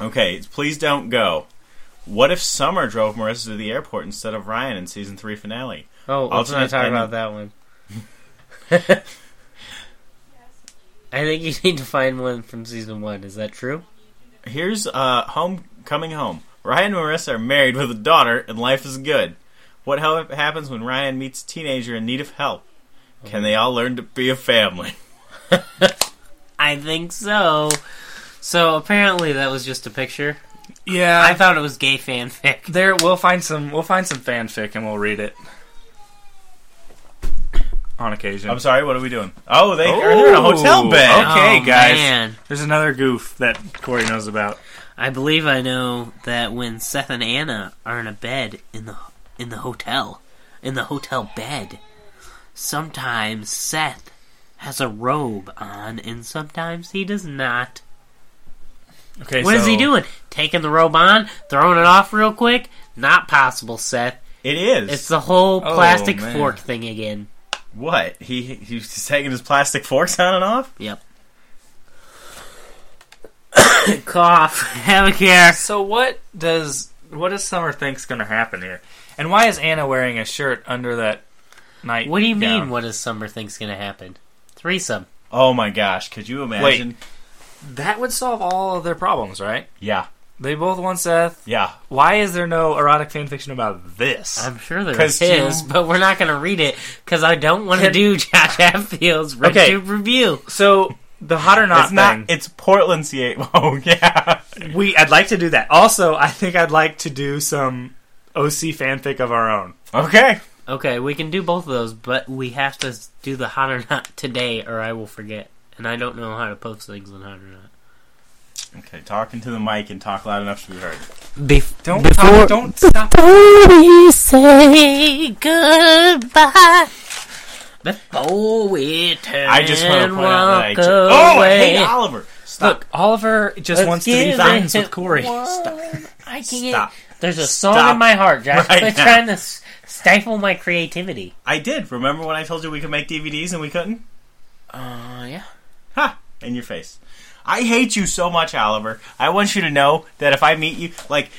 B: Okay, it's please don't go. What if Summer drove Marissa to the airport instead of Ryan in season three finale?
C: Oh, let's
B: Alternate
C: not talk
B: ending.
C: about that one. [laughs] I think you need to find one from season one. Is that true?
B: Here's uh, home coming home. Ryan and Marissa are married with a daughter, and life is good. What hel- happens when Ryan meets a teenager in need of help? Can they all learn to be a family? [laughs]
C: I think so. So apparently that was just a picture.
D: Yeah,
C: I thought it was gay fanfic.
D: There, we'll find some. We'll find some fanfic and we'll read it on occasion.
B: I'm sorry, what are we doing? Oh, they are they're in a hotel
D: Ooh,
B: bed.
D: [laughs] Okay,
C: Oh,
D: guys.
C: man.
D: There's another goof that Corey knows about.
C: I believe I know that when Seth and Anna are in a bed in the in the hotel, in the hotel bed, sometimes Seth has a robe on and sometimes he does not.
D: Okay,
C: What is
D: so
C: he doing? Taking the robe on, throwing it off real quick? Not possible, Seth.
B: Oh, It is.
C: It's the whole
D: Oh,
C: plastic
D: man.
C: fork thing again.
B: [laughs] What? He he's taking his plastic forks on and off?
C: Yep. [coughs] Cough. [laughs] Have a care.
D: So what does what does Summer think's going to happen here? And why is Anna wearing a shirt under that night?
C: What do you mean? What does Summer think's gonna happen? Threesome.
B: Oh my gosh, could you imagine?
D: That would solve all of their problems, right?
B: Yeah.
D: They both want Seth.
B: Yeah.
D: Why is there no erotic fanfiction about this?
C: I'm sure there
B: 'Cause
C: is,
B: you-
C: but we're not going to read it because I don't want to do [laughs] Josh Hatfield's RedTube
D: Okay.
C: review.
D: so the hot or not
B: it's
D: thing.
B: not it's Portland C [laughs] Oh yeah.
D: We, I'd like to do that. Also, I think I'd like to do some OC fanfic of our own.
B: Okay.
C: Okay, we can do both of those, but we have to do the hot or not today, or I will forget, and I don't know how to post things on hot or not.
B: Okay, talking to the mic and talk loud enough to be heard.
D: Don't stop, don't stop.
C: we say goodbye. Before we turn
B: I just want to point out that I
C: walk
B: ju- Oh, I
C: away.
B: hate Oliver. Stop.
D: Look, Oliver just
C: Let's
D: wants to be
C: give
D: friends
C: it
D: with Corey.
C: one- I can't.
B: Stop.
C: There's a song
B: Stop
C: in my heart, Josh.
B: right
C: They're
B: now.
C: trying to s- stifle my creativity.
B: I did. Remember when I told you we could make DVDs and we couldn't? Oh,
C: Uh, yeah.
B: Ha! In your face. I hate you so much, Oliver. I want you to know that if I meet you, like,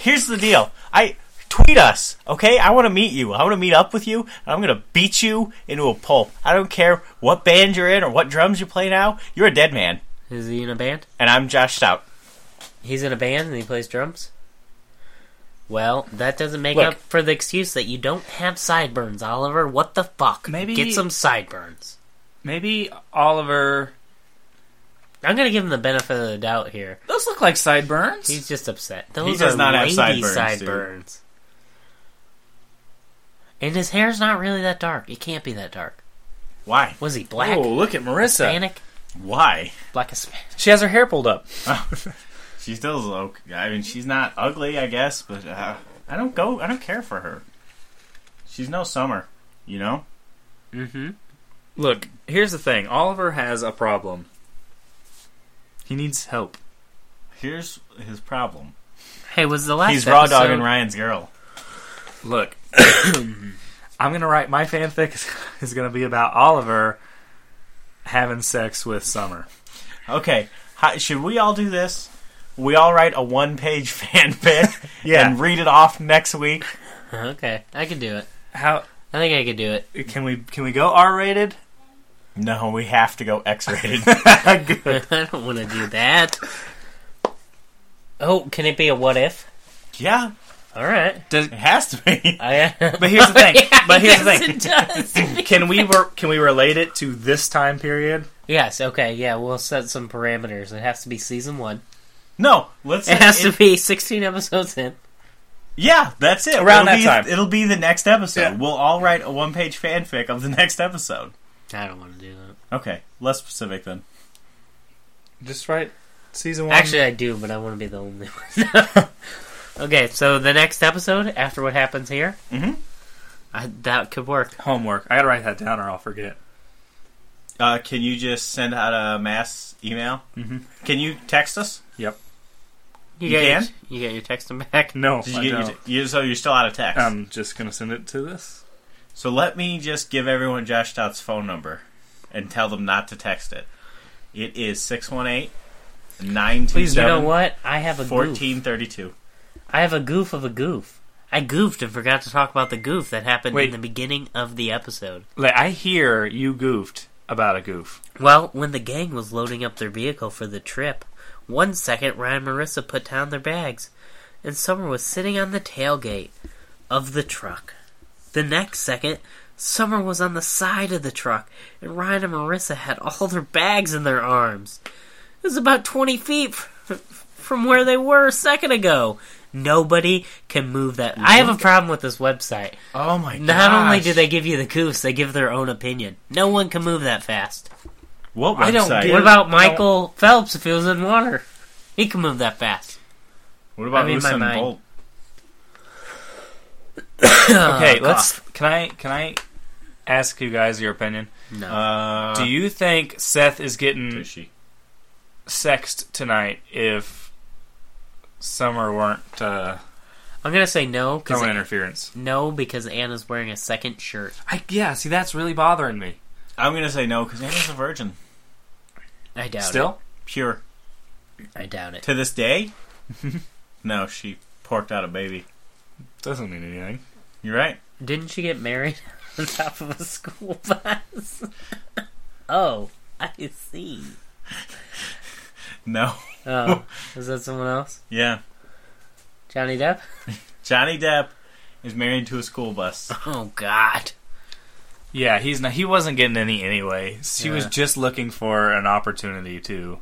B: here's the deal. I tweet us, okay? I want to meet you. I want to meet up with you. And I'm gonna beat you into a pulp. I don't care what band you're in or what drums you play now. You're a dead man.
C: Is he in a band?
B: And I'm Josh Stout.
C: He's in a band and he plays drums? Well, that doesn't make
B: Look.
C: up for the excuse that you don't have sideburns, Oliver. What the fuck?
D: Maybe-
C: Get some sideburns.
D: Maybe Oliver.
C: I'm gonna give him the benefit of the doubt here.
D: Those look like sideburns.
C: He's just upset. Those
B: does
C: are
B: not have
C: lady
B: sideburns, dude.
C: sideburns. And his hair's not really that dark. It can't be that dark.
B: Why?
C: Was he black?
D: Oh, look at Marissa.
C: Hispanic?
B: Why?
C: Black Hispanic. [laughs]
D: She has her hair pulled up.
B: She still is okay. I mean, she's not ugly, I guess, but uh, I don't go. I don't care for her. She's no summer, you know.
C: Mm-hmm.
D: Look, here's the thing. Oliver has a problem. He needs help.
B: Here's his problem.
C: Hey, was the last
B: He's raw
C: episode-
B: dogging Ryan's girl.
D: Look, [coughs] I'm gonna write my fanfic [laughs] is- is gonna be about Oliver having sex with Summer.
B: Okay, how, should we all do this? We all write a one-page [laughs] fanfic
D: Yeah.
B: and read it off next week.
C: Uh, Okay, I could do it.
D: How
C: I think I could do it. [laughs]
D: can we can we go R [laughs] rated?
B: No, we have to go
D: [laughs]
B: X-rated.
D: Good.
C: I don't want to do that. Oh, can it be a what if?
B: yeah,
C: All right.
D: Does,
B: it has to be. [laughs]
C: [laughs] I,
D: but here's
C: [laughs]
D: the [laughs] thing. but here's the thing.
C: Yes, it does. [laughs]
D: Can we re- can we relate it to this time period?
C: yes. Okay. Yeah. We'll set some parameters. It has to be season one.
B: No, let's.
C: It has to be sixteen episodes in.
B: Yeah, that's it. It'll
D: Around that
B: be,
D: time.
B: it'll be the next episode.
D: Yeah.
B: We'll all write a one-page fanfic of the [laughs] next episode.
C: I don't want to do that.
B: Okay, less specific then.
D: Just right. Season one.
C: Actually, I do, but I want to be the only [laughs] one. okay. So the next episode after what happens here,
D: Mm-hmm.
B: Mhm.
C: I, that could work.
D: homework. I gotta write that down or I'll forget.
B: Uh, can you just send out a mass email?
C: Mm-hmm.
D: Mhm.
B: Can you text us?
D: Yep.
C: You,
B: You
C: get your-
B: can?
C: you get your text [laughs] back.
D: No,
B: Did
D: I
B: you get
D: don't.
B: your, you, so you're still out of text.
C: Um,
D: I'm just gonna send it to this.
B: so let me just give everyone Josh Stout's phone number and tell them not to text it. It is 618
D: Please
C: You
B: 927
C: know
D: Seven.
C: what? I have a goof.
B: 1432.
C: I have a goof of a goof. I goofed and forgot to talk about the goof that happened
D: Wait.
C: in the beginning of the episode.
D: Like I hear you goofed about a goof.
C: Well, when the gang was loading up their vehicle for the trip, one second Ryan and Marissa put down their bags, and Summer was sitting on the tailgate of the truck. The next second, Summer was on the side of the truck, and Ryan and Marissa had all their bags in their arms. It was about 20 feet f- from where they were a second ago. Nobody can move that. I have a problem with this website.
B: Oh my god.
C: Not only do they give you the goose, they give their own opinion. No one can move that fast.
B: What website?
D: I don't get-
C: What about
D: no.
C: Michael Phelps if he was in water? He can move that fast.
B: what about
C: I mean, my
B: Usain
C: mind.
B: Bolt?
D: Okay, let's. Can I can I ask you guys your opinion?
C: No.
B: Uh,
D: Do you think Seth is getting
B: Sushi.
D: sexed tonight if Summer weren't uh,
C: I'm gonna say no because
D: throwing interference?
C: no because Anna's wearing a second shirt.
D: I yeah. See, that's really bothering me.
B: I'm going to say no because Anna's a virgin.
C: I doubt it.
D: Still,
B: Pure.
C: I doubt it.
B: To this day?
C: [laughs]
B: no, she porked out a baby.
D: doesn't mean anything.
B: You're right.
C: Didn't she get married [laughs] on top of a school [laughs] bus? oh, I see.
B: No. [laughs]
C: Oh, is that someone else?
B: Yeah.
C: Johnny Depp?
B: Johnny Depp is married to a school bus.
C: Oh God.
D: Yeah, he's not. He wasn't getting any anyway. She was
C: Yeah.
D: just looking for an opportunity to.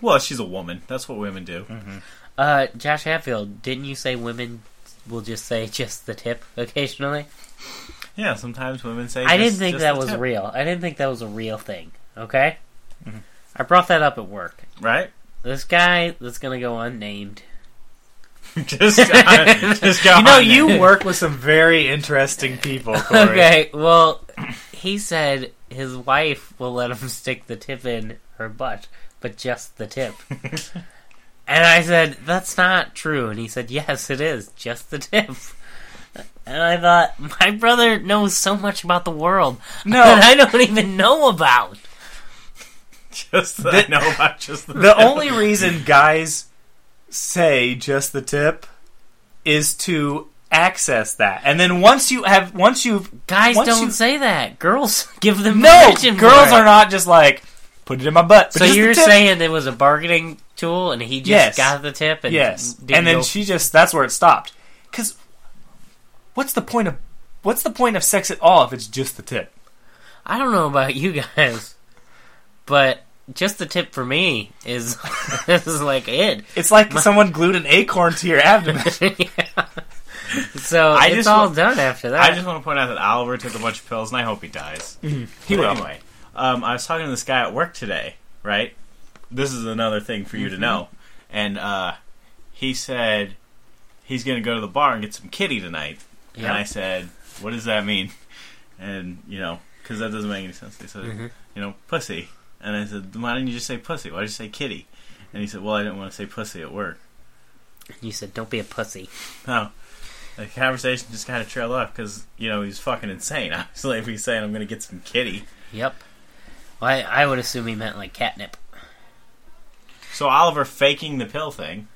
B: Well, she's a woman. That's what women do.
D: Hmm.
C: Uh, Josh Hatfield, didn't you say women will just say just the tip occasionally?
B: Yeah, sometimes women say.
C: I
B: just-
C: didn't think
B: just
C: that
B: the
C: was
B: tip, Mm-hmm.
C: real. I didn't think that was a real thing. Okay, I brought that up at work.
B: right. [laughs]
C: This guy that's gonna go unnamed.
B: just,
D: [laughs]
B: just go.
D: You know,
B: on
D: you
B: then.
D: work with some very interesting people. Corey.
C: Okay, well, he said his wife will let him stick the tip in her butt, but just
B: [laughs]
C: the tip. and I said that's not true, and he said yes, it is just the tip. And I thought my brother knows so much about the world
D: No.
C: that [laughs] I don't even know about.
B: Just the,
D: The-
B: no, about just the.
D: The only reason guys say just the tip is to access that, and then once you have, once you've
C: Guys
D: Once
C: don't
D: you-
C: say that. Girls [laughs] give them
D: no,
C: permission for
D: girls
C: it.
D: are not just like put it in my butt.
C: So you're saying it was a bargaining tool, and he just
D: Yes.
C: got the tip, and
D: yes,
C: didn't
D: and then
C: go-
D: she just that's where it stopped. Because what's the point of what's the point of sex at all if it's just the tip?
C: I don't know about you guys, but just the tip for me is [laughs] this is like it. [laughs]
D: It's like someone glued an acorn to your abdomen.
C: Yeah. So
B: I
C: it's
B: just
C: all
B: wa-
C: done after that.
B: I just want to point out that Oliver took a bunch of pills, and I hope he dies.
D: Mm-hmm. he
B: But
D: will.
B: Anyway, um, I was talking to this guy at work today, right? This is another thing for you
D: Mm-hmm.
B: to know. And uh, he said he's going to go to the bar and get some kitty tonight.
C: Yeah.
B: And I said, what does that mean? And, you know, because that doesn't make any sense. They said,
C: Mm-hmm.
B: you know, pussy. And I said, why didn't you just say pussy? Why did you say kitty? And he said, well, I didn't want to say pussy at work. [laughs]
C: you said, "Don't be a pussy."
B: No. The conversation just kind of trailed off because, you know, he's fucking insane. [laughs] Obviously, if he's saying, I'm going to get some kitty.
C: Yep. Well, I, I would assume he meant like catnip.
B: So Oliver faking the pill thing.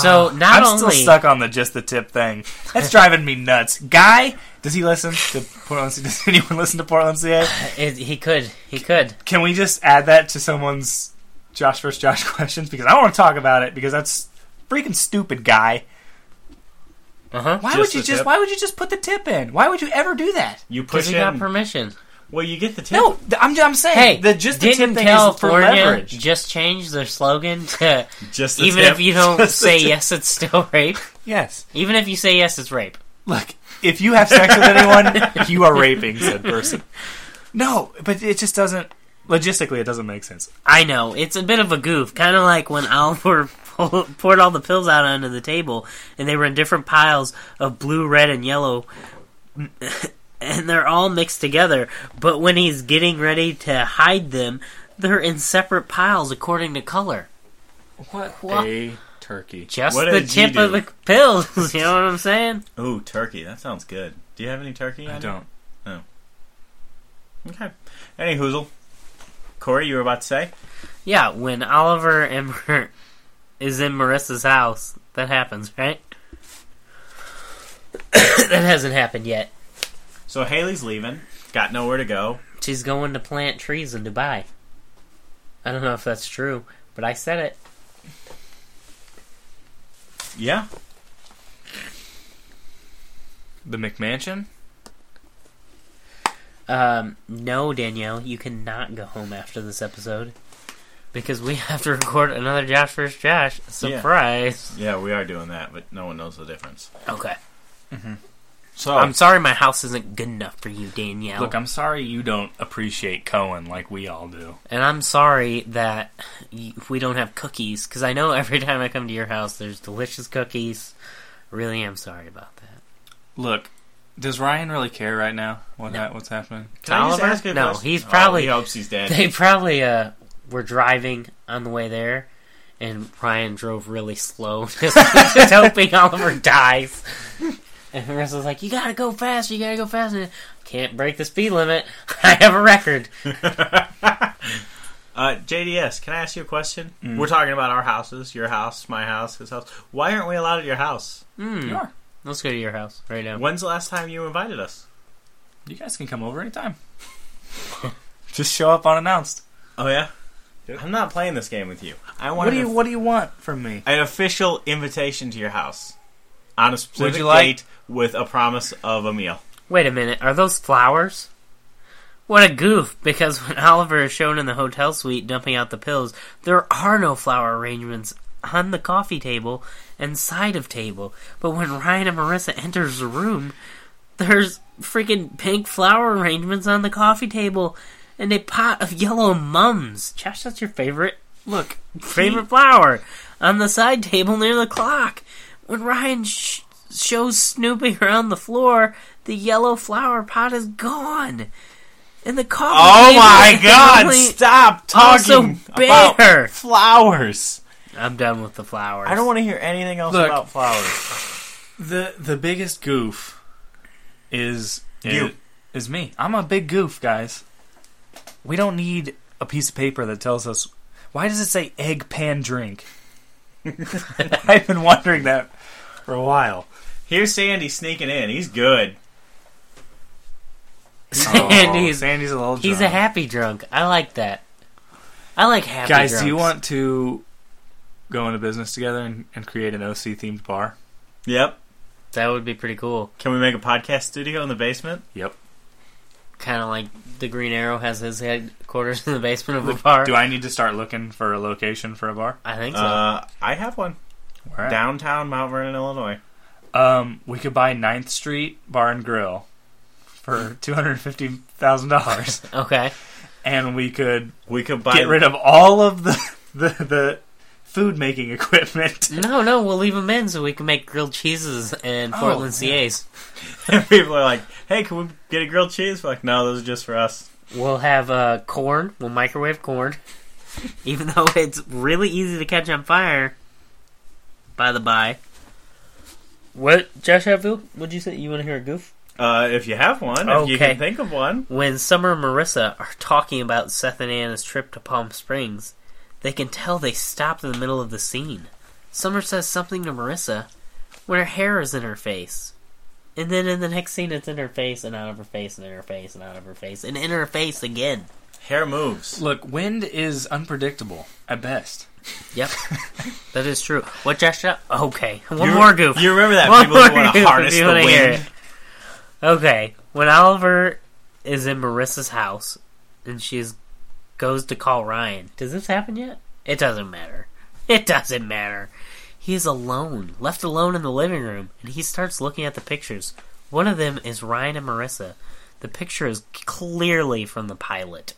C: so not
D: Ah, I'm
C: only
D: still stuck on the just the tip thing. That's driving me nuts. Guy, does he listen to Portland? C- [laughs] Does anyone listen to Portland CA?
C: it, he could he could
D: Can we just add that to someone's Josh vs. Josh [laughs] questions? Because I want to talk about it because that's freaking stupid, guy.
C: uh huh
D: Why
B: Uh-huh. Just
D: would you
B: the
D: just
B: tip?
D: Why would you just put the tip in? Why would you ever do that?
B: You push
C: because
B: it.
C: he got permission.
B: well, you get the tip.
D: No, th- I'm, I'm saying
C: Hey,
D: the just the tip
C: didn't
D: thing is for
C: California
D: leverage.
C: just change their slogan to
B: [laughs] just the
C: even
B: tip.
C: if
B: [laughs]
C: you don't
D: Just the
C: say
D: tip.
C: yes, it's still [laughs] rape.
D: Yes.
C: Even if you say yes, it's rape.
D: Look, if you have sex with [laughs] anyone, you are raping said person. No, but it just doesn't. Logistically, it doesn't make sense.
C: I know it's a bit of a goof, kind of like when Oliver pull- [laughs] poured all the pills out onto the table, and they were in different piles of blue, red, and yellow, [laughs] and they're all mixed together. But when he's getting ready to hide them, they're in separate piles according to color.
D: What?
C: a
D: turkey.
C: Just
B: What
C: the
B: did you
C: tip of
B: do?
C: the [laughs] pills. You know what I'm saying?
B: Ooh, turkey. That sounds good. Do you have any turkey?
D: I
B: on
D: don't.
B: you? Okay. Any hoozle? Corey, you were about to say?
C: Yeah, when Oliver and Mar- is in Marissa's house, that happens, right? [coughs] that hasn't happened yet.
B: So Haley's leaving. Got nowhere to go.
C: She's going to plant trees in Dubai. I don't know if that's true, but I said it.
B: Yeah.
D: The McMansion?
C: Um, no, Danielle, you cannot go home after this episode because we [laughs] have to record another Josh vs. Josh surprise.
B: Yeah, we are doing that, but no one knows the difference.
C: Okay,
B: So
C: I'm sorry, my house isn't good enough for you, Danielle.
D: Look, I'm sorry you don't appreciate Cohen like we all do.
C: And I'm sorry that y- we don't have cookies, because I know [laughs] every time I come to your house, there's delicious cookies. Really am sorry about that.
D: Look, does Ryan really care right now? What ha- what's happening?
B: Can I just
C: Oliver?
B: ask a
C: No,
B: question?
C: he's
B: Oh,
C: probably-
B: he hopes he's dead.
C: [laughs] They probably uh, were driving on the way there, and Ryan drove really slow, [laughs] just, just hoping
B: [laughs]
C: Oliver dies. And Marissa was like, "You gotta go fast. You gotta go fast. And I can't break the speed limit. [laughs] I have a record."
B: Uh, JDS, can I ask you a question? We're talking about our houses, your house, my house, his house. Why aren't we allowed at your house?
C: Hmm.
D: Sure.
C: Let's go to your house right now.
B: When's the last time you invited us?
D: You guys can come over [laughs] anytime. just show up unannounced.
B: Oh yeah. I'm not playing this game with you. I want
D: What do
B: an
D: you What do you want from me?
B: an official invitation to your house on a specific
D: you like-
B: date with a promise of a meal.
C: Wait a minute, are those flowers? What a goof, because [laughs] when Oliver is shown in the hotel suite dumping out the pills, there are no flower arrangements on the coffee table and side of table. But when Ryan and Marissa enters the room, there's freaking pink flower arrangements on the coffee table and a pot of yellow mums. Josh, that's your favorite
D: Look,
C: favorite flower on the side table near the clock. When Ryan sh- shows snooping around the floor, the yellow flower pot is gone, and the coffee.
B: Oh
C: table
B: my
C: is
B: god,
C: only-
B: stop
C: also
B: talking
C: bare.
B: about flowers.
C: I'm done with the flowers.
B: I
C: [laughs]
B: don't want to hear anything else
D: Look.
B: about flowers.
D: the the biggest goof is
B: You.
D: is, is me. I'm a big goof, guys. We don't need a piece of paper that tells us why does it say egg pan drink? [laughs] I've been wondering that for a while.
B: Here's Sandy sneaking in. He's good.
C: Sandy's-
D: Sandy's a little drunk.
C: He's a happy drunk. I like that. I like happy
D: Guys, do you
C: drunks.
D: want to go into business together and, and create an OC themed bar?
B: Yep.
C: that would be pretty cool.
B: Can we make a podcast studio in the basement?
D: Yep.
C: Kind of like the Green Arrow has his headquarters in the basement of a bar.
D: Do I need to start looking for a location for a bar?
C: I think so.
B: Uh, I have one
D: Where at?
B: downtown Mount Vernon, Illinois.
D: Um, we could buy 9th Street Bar and Grill for [laughs] two hundred fifty thousand dollars,
C: okay.
D: and we could
B: We could buy.
D: get rid of all of the the, the food making equipment.
C: No, no, we'll leave them in so we can make grilled cheeses and
D: Oh,
C: Portland
D: yeah.
C: CAs.
B: [laughs] people are like, "Hey, can we get a grilled cheese?" We're like, no, those are just for us.
C: We'll have uh, corn. We'll microwave corn, [laughs] even though it's really easy to catch on fire. By the by, what Josh Hatfield? What'd you say? You want to hear a goof?
B: Uh, if you have one, if you
C: Okay.
B: can think of one,
C: When Summer and Marissa are talking about Seth and Anna's trip to Palm Springs, they can tell they stopped in the middle of the scene. Summer says something to Marissa when her hair is in her face. And then in the next scene, it's in her face and out of her face and in her face and out of her face and in her face again.
B: hair moves.
D: Look, wind is unpredictable at best.
C: Yep, [laughs] that is true. What Josh? Up? Okay, one
B: You-
C: more goof.
B: You remember that
C: One
B: people who
C: more
B: want to
C: goof
B: harness
C: if you
B: the
C: wanna hear
B: wind?
C: it. Okay, when Oliver is in Marissa's house and she's goes to call Ryan. Does this happen yet? It doesn't matter. It doesn't matter. He is alone, left alone in the living room, and he starts looking at the pictures. One of them is Ryan and Marissa. The picture is clearly from the pilot.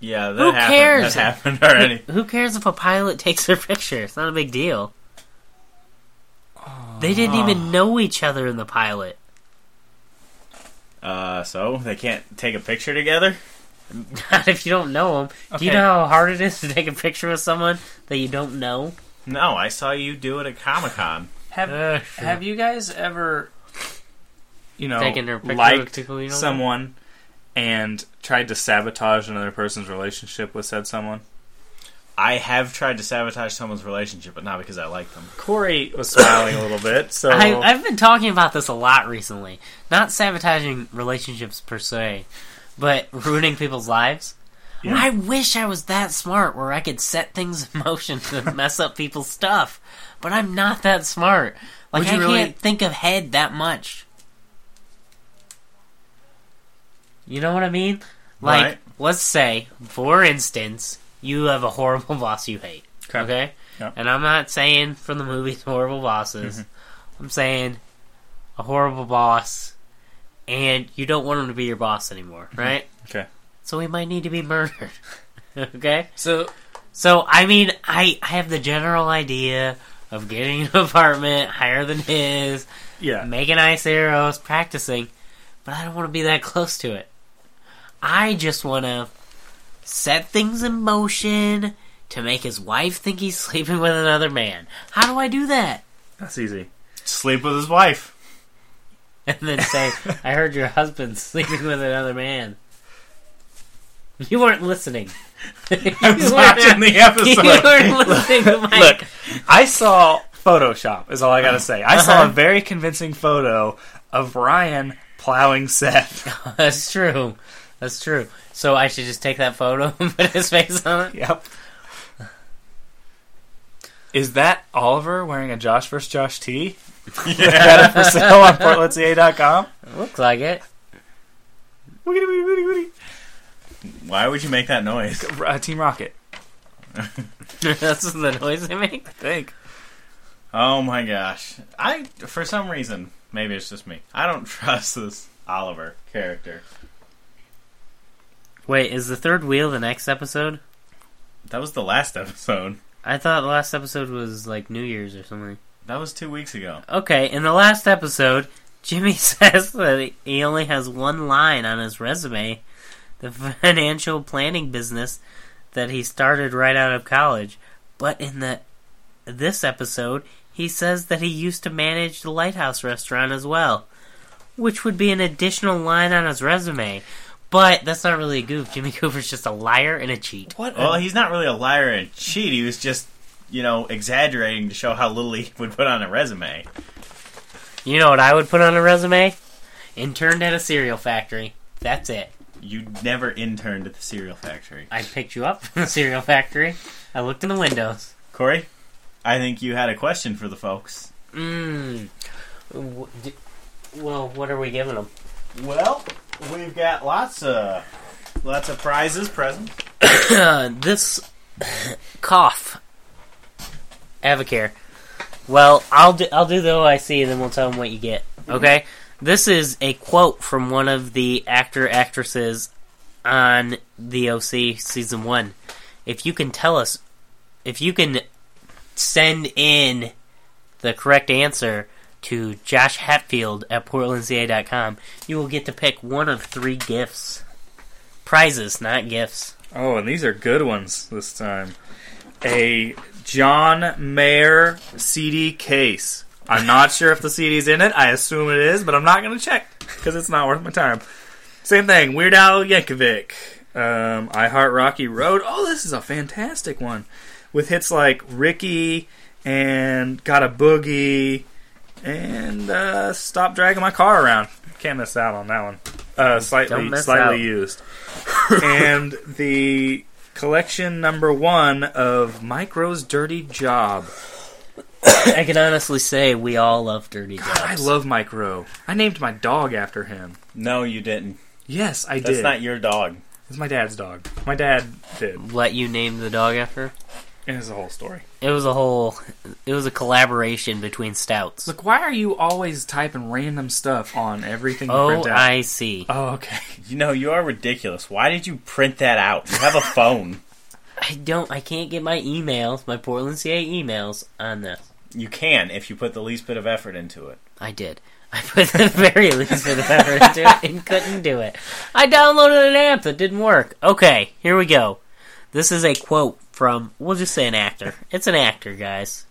B: Yeah, that
C: Who
B: happened.
C: cares?
B: That happened already.
C: Who cares if a pilot takes their [laughs] picture? It's not a big deal. They didn't even know each other in the pilot. [laughs]
B: Uh, so they can't take a picture together.
C: Not if you don't know them. Do you
D: Okay.
C: know how hard it is to take a picture with someone that you don't know?
B: No, I saw you do it at Comic Con.
D: Have
C: Uh, sure.
D: Have you guys ever, you know,
C: Taken their picture with
D: liked
C: people you don't
D: someone and tried to sabotage another person's relationship with said someone?
B: I have tried to sabotage someone's relationship, but not because I like them.
D: Corey was smiling a little bit, so
B: Oh.
C: I, I've been talking about this a lot recently. Not sabotaging relationships per se, but ruining people's lives.
D: Yeah.
C: I wish I was that smart where I could set things in motion to [laughs] mess up people's stuff, but I'm not that smart. Like
D: Would you
C: I
D: really-
C: can't think of head that much. You know what I mean? Like,
B: Right.
C: let's say, for instance, you have a horrible [laughs] boss you hate.
D: Okay.
C: Okay?
D: Yeah.
C: And I'm not saying from the movies horrible bosses.
D: Mm-hmm.
C: I'm saying a horrible boss and you don't want him to be your boss anymore,
D: Mm-hmm.
C: right?
D: okay.
C: So he might need to be murdered. [laughs] okay?
D: So
C: So I mean I I have the general idea of getting an [laughs] apartment higher than his,
D: yeah,
C: making ice arrows, practicing, but I don't want to be that close to it. I just want to set things in motion to make his wife think he's [laughs] sleeping with another man. How do I do that? [laughs]
D: that's easy.
B: Sleep with his
D: [laughs]
B: wife.
C: And then say, I heard your husband's [laughs] sleeping with another man. You weren't listening.
D: I
C: [laughs]
D: was watching the [laughs]
C: You
D: episode.
C: weren't listening to my.
D: Look, I saw Photoshop. Is all I gotta say. I saw
C: Uh-huh.
D: a very convincing photo of Ryan plowing
C: [laughs]
D: Seth.
C: That's true. That's true. So I should just take that photo and [laughs] put his face on it?
D: yep. Is that Oliver wearing a Josh vs. Josh tee? Is that up for sale on E portlandca.com?
C: Looks like it. [laughs]
D: Wiggity, wiggity, wiggity,
B: Why would you make that noise?
D: wiggity. Uh, Team Rocket,
C: That's the noise they make.
D: I think.
B: Oh my gosh! I, for some reason, maybe it's just me. I don't [laughs] trust this Oliver character.
C: Wait, is the third wheel the next episode?
B: That was the last episode.
C: I thought the last episode was like New Year's or something.
B: That was two weeks ago.
C: Okay, in the last episode, Jimmy [laughs] says that he only has one line on his resume the financial planning business that he started right out of college. But in the this episode, he says that he used to manage the Lighthouse restaurant as well, which would be an additional line on his resume. But that's not really a goof. Jimmy [laughs] Cooper's just a liar and a cheat.
D: What?
B: Well, he's not really a liar and cheat. He was just, you know, exaggerating to show how little he would put on a resume.
C: You know what I would put on a resume? Interned at a cereal factory. That's it.
B: You never interned at the cereal factory.
C: I picked you up from the cereal factory. I looked in the windows.
B: Corey, I think you had a question for the folks.
C: Mmm. W- d- Well, what are we giving them?
B: Well, we've got lots of lots of prizes present.
C: this [coughs] cough. Avocare. Well, I'll do, I'll do the OIC and then we'll tell them what you get. Okay? This is a quote from one of the actor actresses on the OC season 1. If you can tell us if you can send in the correct answer to Josh Hatfield at E portlandca.com, you will get to pick one of three gifts. Prizes, not gifts.
D: Oh, and these are good ones this time. A John Mayer CD case. I'm not sure if the CD's in it. I assume it is, but I'm not going to check because it's not worth my time. Same thing. Weird Al Yankovic. Um, I Heart Rocky Road. Oh, this is a fantastic one with hits like Ricky and Got a Boogie and uh, Stop Dragging My Car Around. Can't miss out on that one. Uh, slightly,
C: miss
D: slightly
C: out.
D: used. and the collection number one of Micro's Dirty Job.
C: I can honestly say we all love dirty jobs.
D: I love Micro. I named my dog after him.
B: No, you didn't.
D: Yes, I
B: That's
D: did.
B: not your dog.
D: it's my dad's dog. My dad did.
C: what you named the dog after.
D: It was a whole story.
C: It was a whole. It was a collaboration between stouts.
D: Look, why are you always typing random stuff on everything you
C: Oh,
D: print out?
C: I see.
D: oh, okay. [laughs]
B: You know you are ridiculous. Why did you print that out? You have a phone.
C: I don't. I can't get my emails, my Portland CA emails, on this.
B: You can if you put the least bit of effort into it.
C: I did. I put the very least bit of effort into it and couldn't do it. I downloaded an app that didn't work. Okay, here we go. This is a quote from. We'll just say an actor. It's an actor, guys.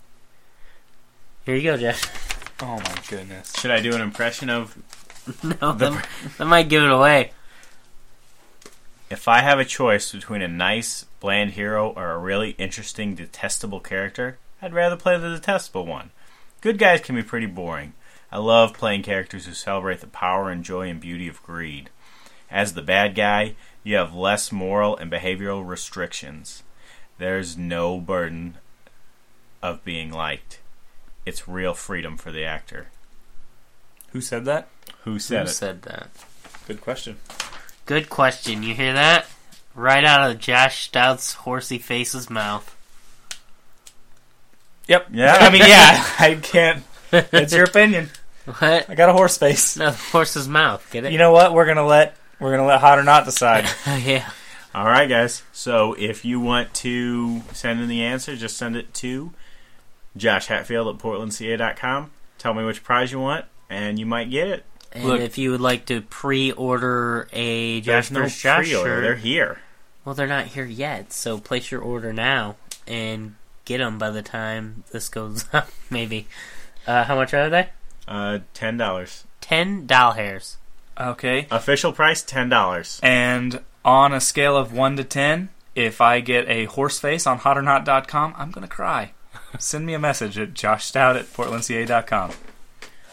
C: Here you go, Jeff. [laughs]
D: Oh my [laughs] goodness.
B: Should I do an impression of
C: No, that, that might give it away.
B: if I have a choice between a nice, bland hero or a really interesting, detestable character, I'd rather play the detestable one. Good guys can be pretty boring. I love playing characters who celebrate the power and joy and beauty of greed. As the bad guy, you have less moral and behavioral restrictions. There's no burden of being liked. It's real freedom for the actor.
D: Who said that?
B: Who said
C: Who
B: it?
C: said that?
D: Good question.
C: Good question. You hear that? Right out of Josh Stout's horsey face's mouth.
D: Yep.
B: Yeah. [laughs]
D: I mean, yeah. I can't. It's your opinion.
C: What?
D: I got a horse face.
C: No, the horse's mouth. Get it?
D: You know what? We're gonna let we're gonna let hot or not decide.
C: [laughs] yeah.
B: All right, guys. So if you want to send in the answer, just send it to Josh Hatfield at portlandca.com. Tell me which prize you want, and you might get it.
C: And
D: Look.
C: if you would like to pre-order a Josh vs. Josh
B: pre-order.
C: shirt,
B: They're here.
C: well, they're not here yet. So place your order now and get them by the time this goes [laughs] up. Maybe. Uh, how much are they?
B: Uh, ten dollars.
C: Ten doll hairs.
D: [laughs] okay.
B: Official price ten dollars.
D: And on a scale of one to ten, if I get a horse face on hotornot.com, I'm gonna [laughs] cry. Send me a message at joshstout at portlandca.com.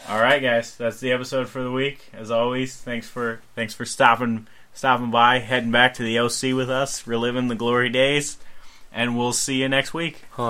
B: All right, guys. That's the episode for the week. As always, thanks for thanks for stopping stopping by, heading back to the OC with us, reliving the glory days, and we'll see you next week.
C: Hold on.